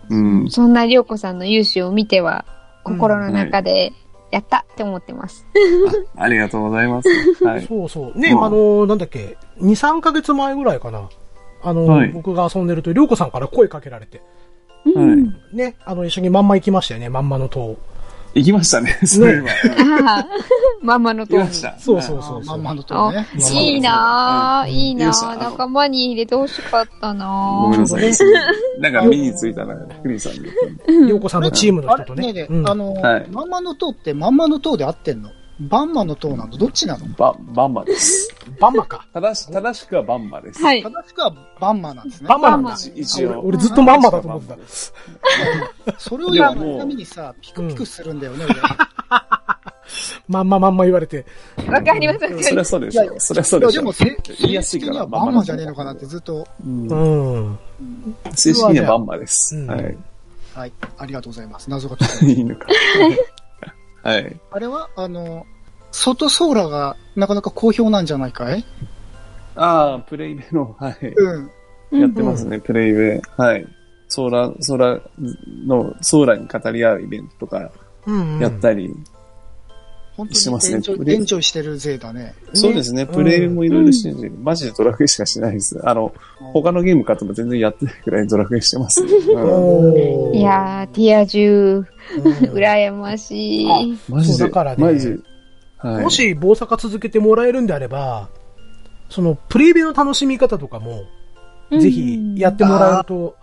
B: うん。
C: そんなりょうこさんの勇姿を見ては、心の中で、やったって思ってます。
B: ありがとうございます。はい。
A: そうそう。ね、
B: うん
A: あの、なんだっけ、2、3ヶ月前ぐらいかな。あの、
B: はい
A: 僕が遊んでると、りょうこさんから声かけられて、
B: はい。
A: ね、あの、一緒にまんま行きましたよね、まんまの塔。
B: 行きましたね、そういえば。
C: ああ、まんまの
B: 行
C: 通
B: き
C: り
B: ま。 した。
A: そうそう
D: あ
A: そ
D: ー
A: う
D: ま
A: そ
D: ん
A: う。
D: まのと
C: あ
D: ね。
B: そう
C: いいな
B: う
C: ぁ、
B: ん
C: いいな
B: よいしょあ
C: ぁ、
B: の
C: 仲間に入れてほしかった
B: ご
C: な
B: めん
C: ぁ。
B: なさい。なんか目についたな、クリンさんに。
A: りょうこさんのチームの
D: あ
A: 人
D: れ
A: と
D: ね
A: ね。
D: えねえ、
A: うん
D: あの、
B: はい
D: まんまの塔ってまんまの塔で合ってんのバンマの塔なのどっちなの
B: ば、 バンマです。
A: バンマか。
B: 正し、正しくはバンマです。
C: はい。
D: 正しくはバンマなんですね。
A: バンマなん
C: バン
A: だ。
C: マ
B: 一
A: あ俺
B: 応。
A: 俺ずっとまんまだと思ってた。
D: それをやるためにさ、ピクピクするんだよね、
A: まんままんま言われて。
C: わかります、わか
B: そ
C: り
B: り
C: ま
B: ゃ
C: す。
B: そうで
D: い
B: し
D: やいや
B: ょ。そりゃそう
D: 俺。い
B: でしょ。
D: や、でも、せ
B: 言い
D: 正
B: やすい
D: 式
B: か
D: に
B: ら
D: はバンマじゃねえのかなってずっと、
B: うん
A: うん。
B: 正式にはバンマです。
A: うん
B: はい。
D: はい、ありがとうございます。謎が解けた
B: いいの か。はい。
D: あれは、あの、外ソーラがなかなか好評なんじゃないかい
B: ああ、プレイベの、はい。
D: うん。
B: やってますね、プレイベ。はい。ソーラ、ソーラの、ソーラに語り合うイベントとか
A: うんうん
B: やったり。
D: 本
B: して
D: 当
B: ます
D: に
B: ね
D: エンジョイ、エンジョイしてる勢だね。
B: そうですね、プレイベもいろいろしてるし、マジでドラクエしかしてないです。あの、他のゲーム買っても全然やってないくらいドラクエしてます。うん
A: おー
C: いやー、ティア10、
A: うん
C: 羨ましい。
B: マジ
A: そう
B: で
A: だから、ね
B: マジで。はい。
A: もし、棒坂続けてもらえるんであれば、その、プレイベの楽しみ方とかも、
C: うん
A: ぜひ、やってもらうと、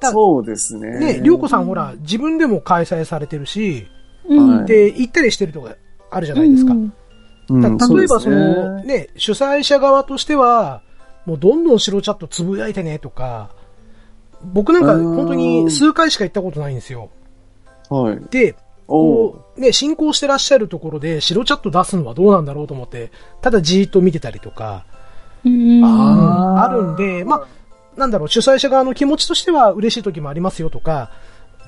A: た
B: そうですね。
A: ね、りょうこさんほら、自分でも開催されてるし、
C: うん
B: はい
A: で、行ったりしてるとかあるじゃないですか。
C: うん
B: うん
A: だから例えば、そ
B: そう
A: の、
B: ですね
A: ね、主催者側としては、もうどんどん白チャットつぶやいてねとか、僕なんか
B: うーん
A: 本当に数回しか行ったことないんですよ。
B: はい。
A: で、
B: おう
A: こう、ね、進行してらっしゃるところで白チャット出すのはどうなんだろうと思って、ただじーっと見てたりとか、
C: うん
A: あるんで、まあ、なんだろう、主催者側の気持ちとしては嬉しい時もありますよとか、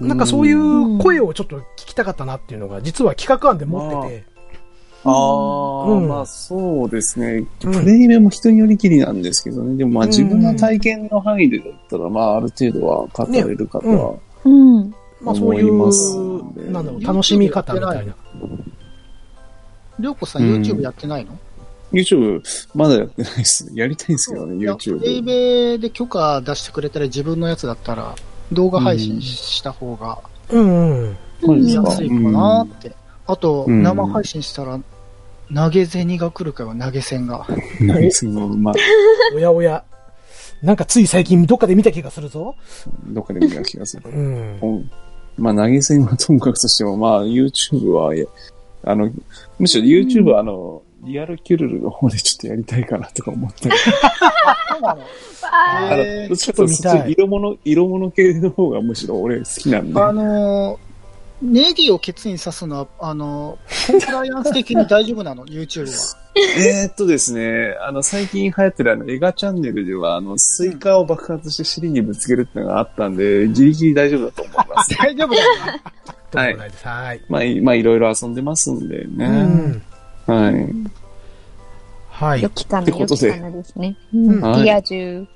A: なんかそういう声をちょっと聞きたかったなっていうのが、実は企画案で持ってて、
B: ああ、
A: うん
B: まあそうですね。
A: うん
B: プレイ目も人によりきりなんですけどね。でもまあ
A: うん
B: 自分の体験の範囲でだったら、まあある程度は語れるかとは
C: うん。
A: まあそうい
B: 思いますね
A: う、なんだろう、楽しみ方みたいな。
D: りょうこさん
B: うん
D: YouTube やってないの、
B: YouTube、まだやってないですね。やりたいんですけどね、
D: いやプレイ
B: YouTube。
D: ベで許可出してくれたら自分のやつだったら動画配信した方が
A: うんうん。
B: マジ
D: 見
B: です
D: や
B: か
D: すいかなって。あと、
B: うん
D: 生配信したら投げ銭が来るから投げ銭が。
B: うんなん かそのまあ、
A: おやおや。なんかつい最近どっかで見た気がするぞ。
B: どっかで見た気がする。
A: うん。
B: うんまあ投げ銭はともかくとしても、まあ YouTube は、いやあの、むしろ YouTube はあの、リアルキュルルの方でちょっとやりたいかなとか思ったり。
D: そうなの
B: あ
D: へ
B: の、
D: ー
B: どっちかというとそっち色物、色物系の方がむしろ俺好きなんで。
D: あのー、ネギをケツに刺すのは、あのー、コンプライアンス的に大丈夫なの ?YouTube は。
B: えーっとですね、あの、最近流行ってるあの、映画チャンネルでは、あの、スイカを爆発して尻にぶつけるってのがあったんで、ギリギリ大丈夫だと思い ます。
D: 大丈夫だよね。
B: はい
A: とんでもないです。はい。
B: まあ、いまあ、いろいろ遊んでますんで
A: う
B: ね。
A: ん。
B: はい。
A: はい
C: よ。きかな、
B: ってこ
C: よ
B: と
C: き
B: で
C: かなですね。うん
B: はい
C: リア充。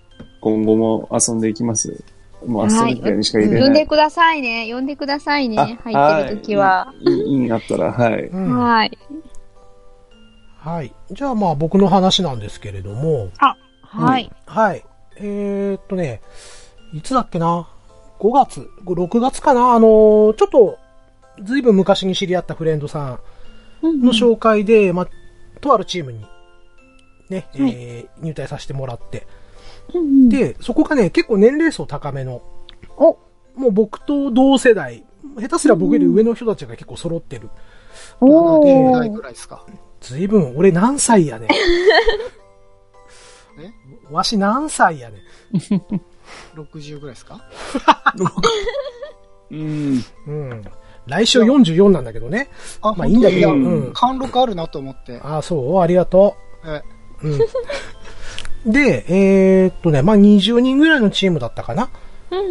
B: 今後も遊んでいきます。もう遊
C: はい
B: ぶようにしか入れ
C: 呼ん
B: な
C: で
B: い。
C: くださいね。呼んでくださいね。
B: あ
C: 入ってる時は。。
B: いいいいんあったら、はい。
A: うん
C: はい。
A: はい。じゃあまあ僕の話なんですけれども、
C: はい。
A: はい。えー、っとね、いつだっけな ?5 月、6月かなあのーちょっと、ずいぶん昔に知り合ったフレンドさ
C: うん
A: んの紹介で、まあ、とあるチームに、ね、え
C: は
A: ー入隊させてもらって。
C: うんうん
A: で、そこがね、結構年齢層高めの、
C: お
A: もう僕と同世代、下手すら僕より上の人たちが結構揃ってる。
D: 10
C: お
D: 代
C: ー
D: くらいですか。
A: ずいぶん、俺何歳やねん
D: え。
A: わし何歳やねん。
D: 60くらいですか
B: うん。
A: うん。来週44なんだけどね。
D: あ、
A: まあい
D: 本当
A: いんだけど
D: や
A: うん
D: 貫禄あるなと思って。
A: ああ、そうありがと
D: え
A: う。うん。で、えーっとね、まあ、20人ぐらいのチームだったかな。
C: うん
A: う
C: う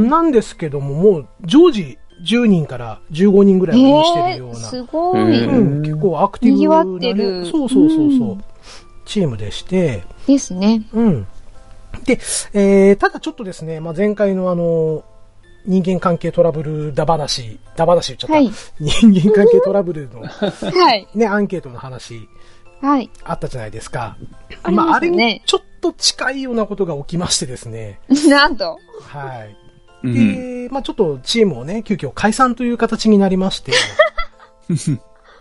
C: ん
A: ん、なんですけども、もう、常時10人から15人ぐらいにして
C: え
A: るよう
C: ー、
A: な。
C: すご
B: え
C: い
B: ー
A: うん、結構アクティブな、ね。
C: 賑わってる
A: そうそうそうそう。
C: うん
A: チームでして、
C: ですね。
A: うん。で、えー、ただちょっとですね、まあ、前回のあの、人間関係トラブルだ話、だ話言っちゃった。
C: はい。
A: 人間関係トラブルの
C: はい。
A: ね、 アンケートの話
C: はい。
A: あったじゃないですか。
C: ありま
A: あ
C: す
A: れに
C: ね。
A: ちょっと近いようなことが起きましてですね。
C: なんと。
A: はい。
B: うん。
A: で、まあちょっとチームをね、急遽解散という形になりまして。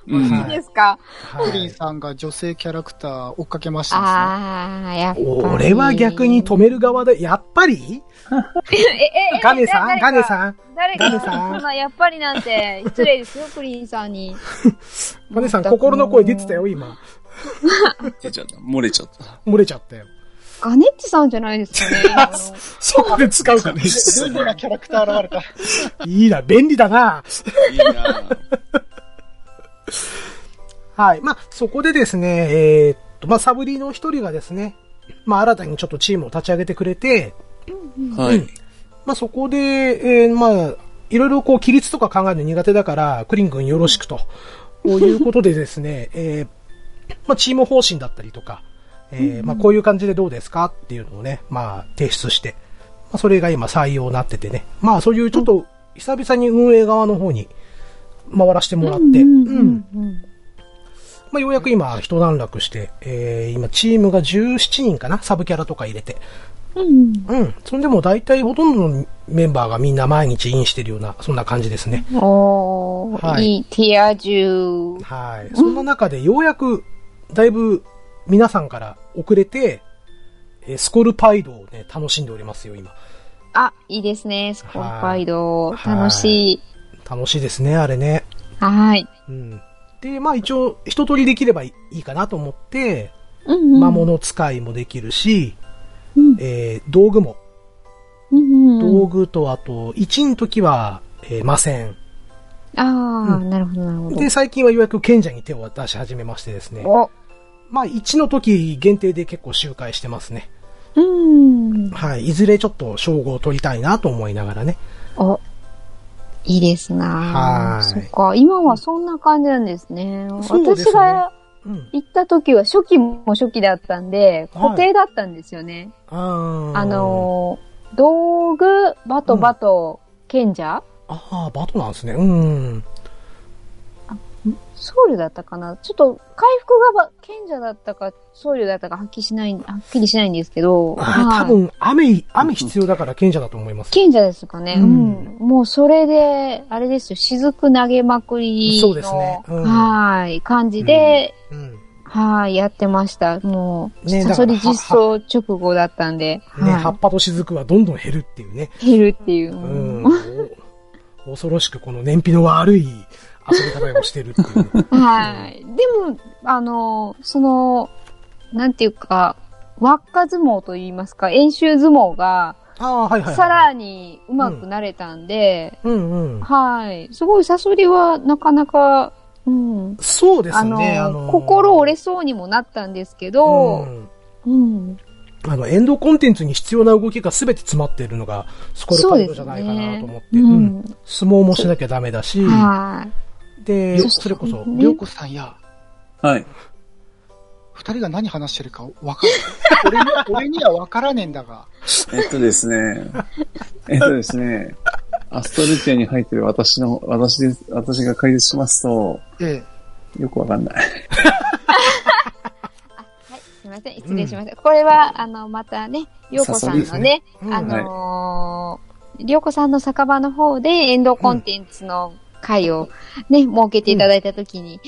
B: うん
A: はい
C: いいですか
A: は
D: プリン
A: い、
D: さんが女性キャラクター追っかけましたですね。
C: あー、やっぱり。
A: 俺は逆に止める側で、やっぱり
C: え、え、え、
A: ガネさん
C: 誰
A: ガ
C: か
A: ネさん
C: 誰か
A: ガネ
C: が、
A: さん
C: そんな、やっぱりなんて、失礼ですよ、プリンさんに。
A: ガネさん、
C: 全く
A: 心の声出てたよ、今。
B: 出ちゃった。漏れちゃった。
A: 漏れちゃったよ。
C: ガネッチさんじゃないですかね。 あの
A: そこで使うかね。
D: ルールなキャラクター現れた。
A: いいな、便利だな。
B: いいな
A: はい。まあ、そこでですね、えーっと、まあ、サブリーの一人がですね、まあ、新たにちょっとチームを立ち上げてくれて、
B: はい。
A: まあ、そこで、えーまあ、いろいろこう、規律とか考えるの苦手だから、クリン君よろしくと、こういうことでですね、 えーまあ、チーム方針だったりとか、えーまあ、こういう感じでどうですかっていうのをね、まあ、提出して、まあ、それが今採用になっててね、まあ、そういうちょっと、久々に運営側の方に回らせてもらって、
C: うんうん
A: う
C: うんんうん。
A: まあ、ようやく今、一段落して、えー、今、チームが17人かな、サブキャラとか入れて。
C: うん
A: うん。それでもう大体ほとんどのメンバーがみんな毎日インしてるような、そんな感じですね。
C: うん。おー、
A: はい
C: いいティア中。
A: はい。そんな中で、ようやく、だいぶ、皆さんから遅れて、えースコルパイドをね、楽しんでおりますよ、今。
C: あ、いいですね、スコーパイド。
A: はい
C: 楽しい。
A: 楽しいですね、あれね。
C: はい。
A: うん。で、まあ一応、一通りできればいいかなと思って、
C: うんうん。
A: 魔物使いもできるし、
C: うん
A: えー道具も
C: うんうん。
A: 道具と、あと、1の時は、えー、魔戦。
C: あ
A: う
C: あ、なるほど、なるほど。
A: で、最近はようやく賢者に手を出し始めましてですね。
C: お、
A: まあ、1の時限定で結構周回してますね。
C: うん。
A: はい。いずれちょっと称号を取りたいなと思いながらね。
C: お、いいですな
A: はーい
C: ぁそっか、今はそんな感じなんですね。
A: そうですね
C: 私が
A: うん。
C: 行った時は初期も初期だったんで、
A: はい
C: 固定だったんですよね。
A: あー
C: あ、のー、道具、バトバト、賢者
A: ああ、バトなんですね。うん。
C: 僧侶だったかなちょっと回復がば賢者だったか僧侶だったかはっきりしない、はっきりしないんですけど、
A: あ
C: は
A: あ、
C: い
A: 多分、雨、雨必要だから賢者だと思います。
C: 賢者ですかね。
A: う
C: うんん。もうそれで、あれですよ、雫投げまくりの、
A: そうですねうん
C: はーい、感じで、
A: うん。ね、
C: はーい、やってました。もう、
A: ね
C: サソリ実装直後だったんで、
A: 葉
C: は
A: っぱと雫はどんどん減るっていうね。
C: い、減るってい
A: う
C: う。
A: ん。お恐ろしくこの燃費の悪い遊び方をしてるって いう。
C: はい。でも、あの、その、なんていうか、輪っか相撲と言いますか、演習相撲が、
A: ああ、はいはい、はい。
C: さらに上手くなれたんで、
A: うんうん。
C: はい。すごいサソリはなかなか、うん、
A: そうです
C: あの、
A: ね。あの
C: 心折れそうにもなったんですけ
A: う、
C: ど
A: ん
C: うん。
A: あの、エンドコンテンツに必要な動きが全て詰まってるのが、スコルパイドじゃないかなと思って。
C: う
A: うん
C: ん。
A: 相撲もしなきゃダメだし、
C: は
A: で、
C: そう
A: それこそ、
C: ね
D: りょうこさんや、
B: はい。
D: 二人が何話してるかわかる。 俺に俺にはわからねえんだが。
B: えっとですね。えっとですね。アストルティアに入ってる私の、私です、私が解説しますと、
D: え
B: よくわかんない。
C: い。すみません、失礼しました。これは、あの、またね、りょうこさん
B: さ
C: のね、
A: うん
C: あのー、りょうこさんの酒場の方でエンドコンテンツの会をね、設けていただいたときに、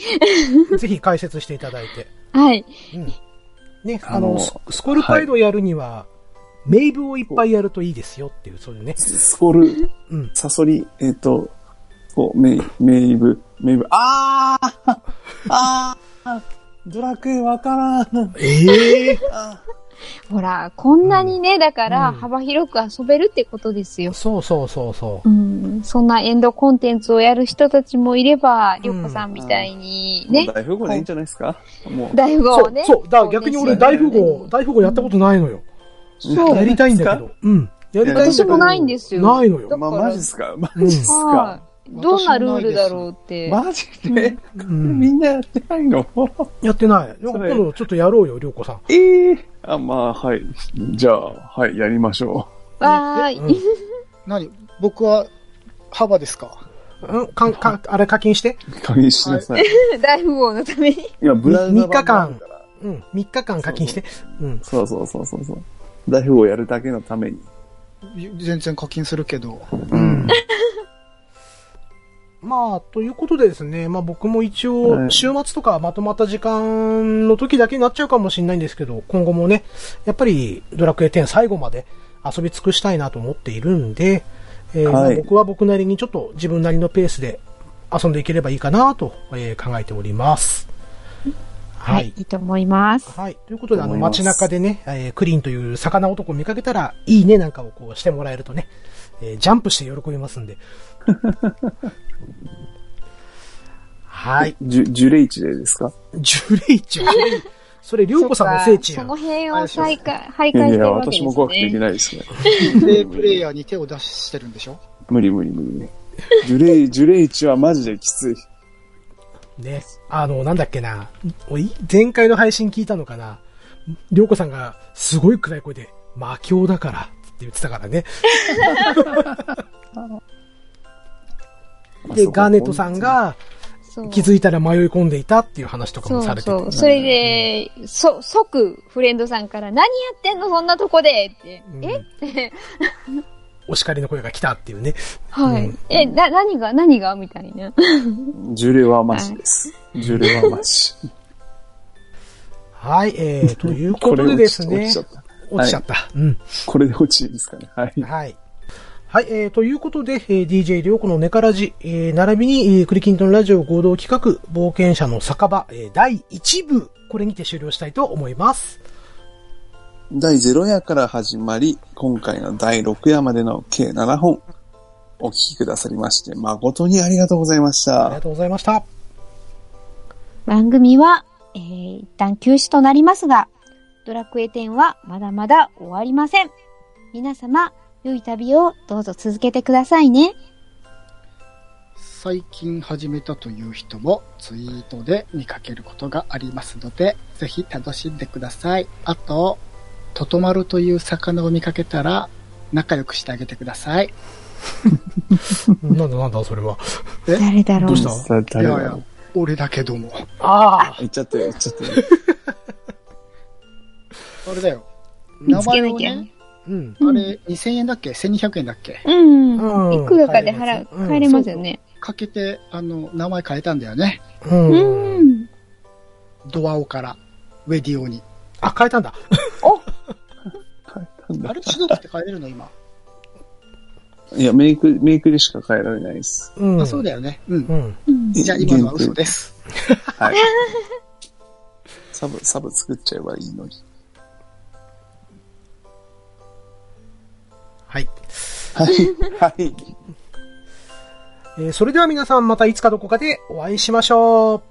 A: ぜひ解説していただいて。
C: はい。
A: うん ね、あ
B: あ
A: の、
B: の
A: ススコルパイドをやるには、メイブをいっぱいやるといいですよっていう、そういうね。
B: スコル、
A: うん。
B: サソリ、えっと、こう、メイ、メイブ、メイブ、あーあードラクエわからん。
A: ええ
B: あ
C: ほら、こんなにね、だか
A: う
C: ら
A: ん
C: 幅広く遊べるってことですよ。
A: そうそうそうそ
C: うん、そんなエンドコンテンツをやる人たちもいれば、りょうこさんみたいに
B: ー
C: ね、
B: もう大富豪でいいんじゃないですかもう。
C: 大
A: う。
C: 富豪
A: そ
C: を
A: う
C: ね。、
A: そう。だから逆に俺
B: そう
A: 大
B: ね
A: 富豪、大富豪やったことないのよ。
C: そう
A: やりたいんだけど。うん。やりたいんだけど。
C: 私もないんですよ。
A: ないのよ。
C: だ
B: まあ、
C: から
B: マジっすかマジっす
C: は
B: か、
C: い。どんなルールだろうって。
B: マジで、
A: ん
B: みんなやってないの
A: やってない。今
B: それ
A: 度ちょっとやろうよ、りょうこさん。
B: ええあ、まあ、はい。じゃあ、はい、やりましょ
C: わーい。
A: うん
D: 何僕は、幅ですか
A: うん、かん、か、あれ課金して。
B: う。加減しなさい。
C: 大富豪のために。
B: 今、ブラウザ
A: み三日間
B: 版があるから
A: うん、3日間課金して。うん。
B: そうそうそうそうそう。大富豪をやるだけのために。
D: 全然課金するけ ど。
B: うん。
A: まあ、ということでですね、まあ僕も一
B: は
A: 応、
B: い
A: 週末とかまとまった時間の時だけになっちゃうかもしれないんですけど、今後もね、やっぱりドラクエ10最後まで遊び尽くしたいなと思っているんで、えーまあ
B: はい
A: 僕は僕なりにちょっと自分なりのペースで遊んでいければいいかなと、えー考えております。
C: は
A: はいい。。
C: いいと思います。
A: はい。ということで、あの、
B: 思います
A: 街中でね、えークリーンという魚男を見かけたら、いいねなんかをこうしてもらえるとね、えージャンプして喜びますん で。はい。
B: ジュ、ジュレイチでですか
A: ジュレイチは、それ、りょうこさんの聖地
C: そ
A: や
C: っ
A: ん
C: かそ。の辺を再開、徘
B: いや
C: 徊し
B: い
C: てる
B: や、
C: わけで
B: 私
C: すね。
B: も怖くてできないですね。
D: で、プレイヤーに手を出してるんでしょ
B: 無理無理無理無理。ジュレイ、ジュレイチはマジできつい。
A: ね。あの、なんだっけな。おい前回の配信聞いたのかな。りょうこさんが、すごい暗い声で、魔境だから、って言ってたからね。で、ガーネットさん、が、
C: そう
A: 気づいたら迷い込んでいたっていう話とか
C: そ
A: もさ
C: う
A: れてて。
C: そう。それで、そ、即、フレンドさんから、何やってんのそんなとこでって。
A: うん
C: えって。
A: お叱りの声が来たっていうね。
C: は
A: う
C: い。え、な、何が何がみたいな。
B: ジュレはマジです。ジュレはマジ。
A: はい、え ー、ということでです
B: これ
A: ね
B: 落ち。落ちちゃった。
A: 落ちちゃった。うん。
B: これで落ちるんですかね。はい。
A: はい。はい、えー、ということで、えー DJ りょうこのネカラジ、えー、並びに、えー、クリキントンラジオ合同企画、冒険者の酒場、えー、第1部、これにて終了したいと思います。
B: 第0夜から始まり、今回の第6夜までの計7本、お聞きくださりまして、誠にありがとうございまし
A: あり
B: た
A: が。とうございました。
C: 番組は、えー一旦休止となりますが、ドラクエ10はまだまだ終わりません。皆様、良い旅をどうぞ続けてくださいね。
D: 最近始めたという人もツイートで見かけることがありますので、ぜひ楽しんでください。あと、トトマルという魚を見かけたら、仲良くしてあげてください。
A: なんだなんだ、それは。
F: 誰だろう
A: どうした
B: さあ、
D: い
B: 誰
D: やい
B: だ
D: や、俺だけども。
A: ああ、
B: 言っちゃって、言っちゃって。
D: あれだよ。名前を
C: つけな
D: ね、
A: うん。
D: あれ、2000円だっけ ?1200 円だっけ
C: うん。
A: うん
C: いくらかで払
A: うん
C: う、帰れますよね。
D: かけて、あの、名前変えたんだよね。
A: うん
C: う。ん。
D: ドアオから、ウェディオに。
A: あ、変えたんだ。
D: あれ、中国って変えれるの今。
B: いや、メイク、メイクでしか変えられないです。
A: うん。
D: あ、そうだよね。うん
A: う。ん。
D: じゃあ今のは嘘です。
B: はい。 サブ、サブ作っちゃえばいいのに。
A: はい。
B: はい。はい。
A: えーそれでは皆さんまたいつかどこかでお会いしましょう。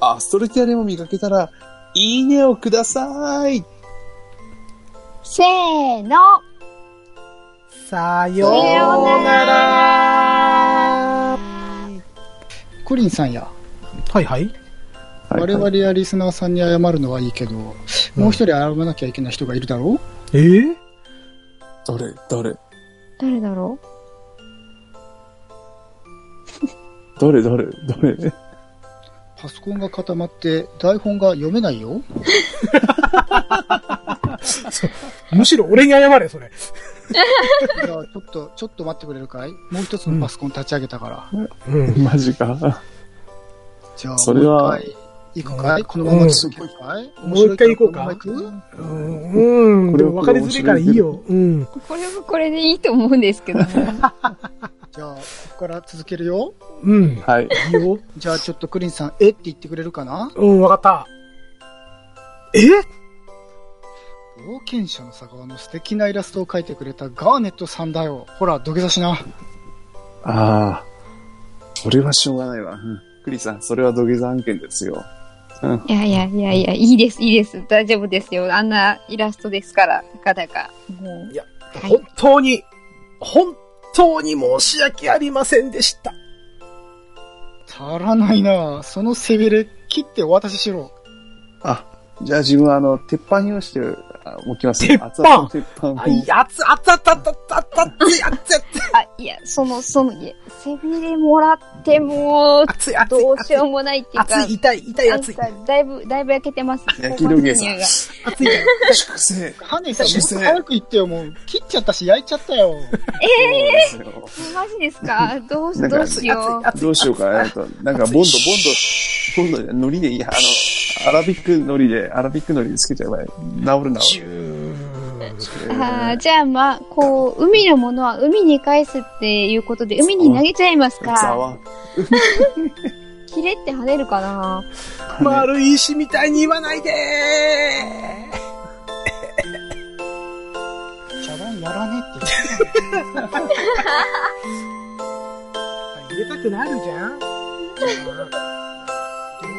B: あ、ストレキアでも見かけたら、いいねをください。
C: せーの。
A: さようなら。
D: クリンさんや、
A: はいはい。
B: はい
D: 我々やリスナーさんに謝るのはいいけど、もう一人謝らなきゃいけない人がいるだろ
A: えー、
B: 誰、誰、
C: 誰だろう
B: 誰、誰、誰。
D: うパソコンが固まって台本が読めな いよ。
A: むしろ俺に謝れ、それ。
D: じゃあちょっと、ちょっと待ってくれるかいもう一つのパソコン立ち上げたから。
A: うん。
B: マジか。
D: じゃあ、
B: それは
D: もう一回行くかいこのまま続けるかい、
A: んもう一回行こうか
D: 面白いと思う
A: うん。
B: こ
A: で
B: れ
A: も分かりづらいからいいよ。うん。
C: これはこれでいいと思うんですけども。
D: じゃあ、ここから続けるよ。
A: うん。い
B: はい。
A: いよ。
D: じゃあ、ちょっとクリンさん、えって言ってくれるかな
A: うん、わかった。え
D: 冒険者の坂の素敵なイラストを描いてくれたガーネットさんだよ。ほら、土下座しな。
B: ああ。それはしょうがないわ。うんクリさん、それは土下座案件ですよ。うん。
C: いやいやいやいや、いいです、いいです。大丈夫ですよ。あんなイラストですから、たかだか。もう。はい
A: 本当に、本当に申し訳ありませんでした。
D: 足らないなその背びれ切ってお渡ししろ。
B: あ、じゃあ自分はあの、鉄板用意して、あおきますね。
A: 鉄板
B: 熱々の鉄板を
A: あ、いや、熱、熱、熱、熱、熱、熱、熱、
C: あ、いや、その、その、いや、背びれもらっても、
A: 熱い、熱い、熱い、
C: どうしようもないっていうか。
A: 熱い、痛い、痛い、
C: なん
A: 熱い。
C: か、だいぶ、だいぶ焼けてます。
B: 焼き土下座
C: 香ばし
A: 熱い。
B: 粛清。
D: ハネさん、もっと早く言ってよ、もう。切っちゃったし、焼いちゃったよ。
B: そうなんですよ
C: い匂いがマジですかどうし、
B: なんか
C: どうしよう。
B: どうしようかなと。なんか、ボンド、ボンド、ボンドで、ノリでいいや。あの、アラビックノリで、アラビックノリでつけちゃえばいい治る治る。
C: あーじゃあ、まあ、こう、海のものは海に返すっていうことで、海に投げちゃいます
B: ざ
C: か。
B: わ。
C: キレって跳ねるかな
A: 丸い石みたいに言わないで
D: 茶番やらねえって
A: ー入れたくなるじ ゃん冒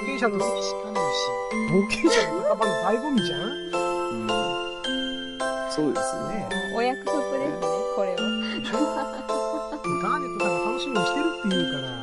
A: 険者の、
D: 言ってしかねえし。
A: 冒険者の仲間の醍醐味じゃん
B: うんそうですね。
C: お約束ですね、これは。
A: ガーネットさんが楽しみにしてるって言うから、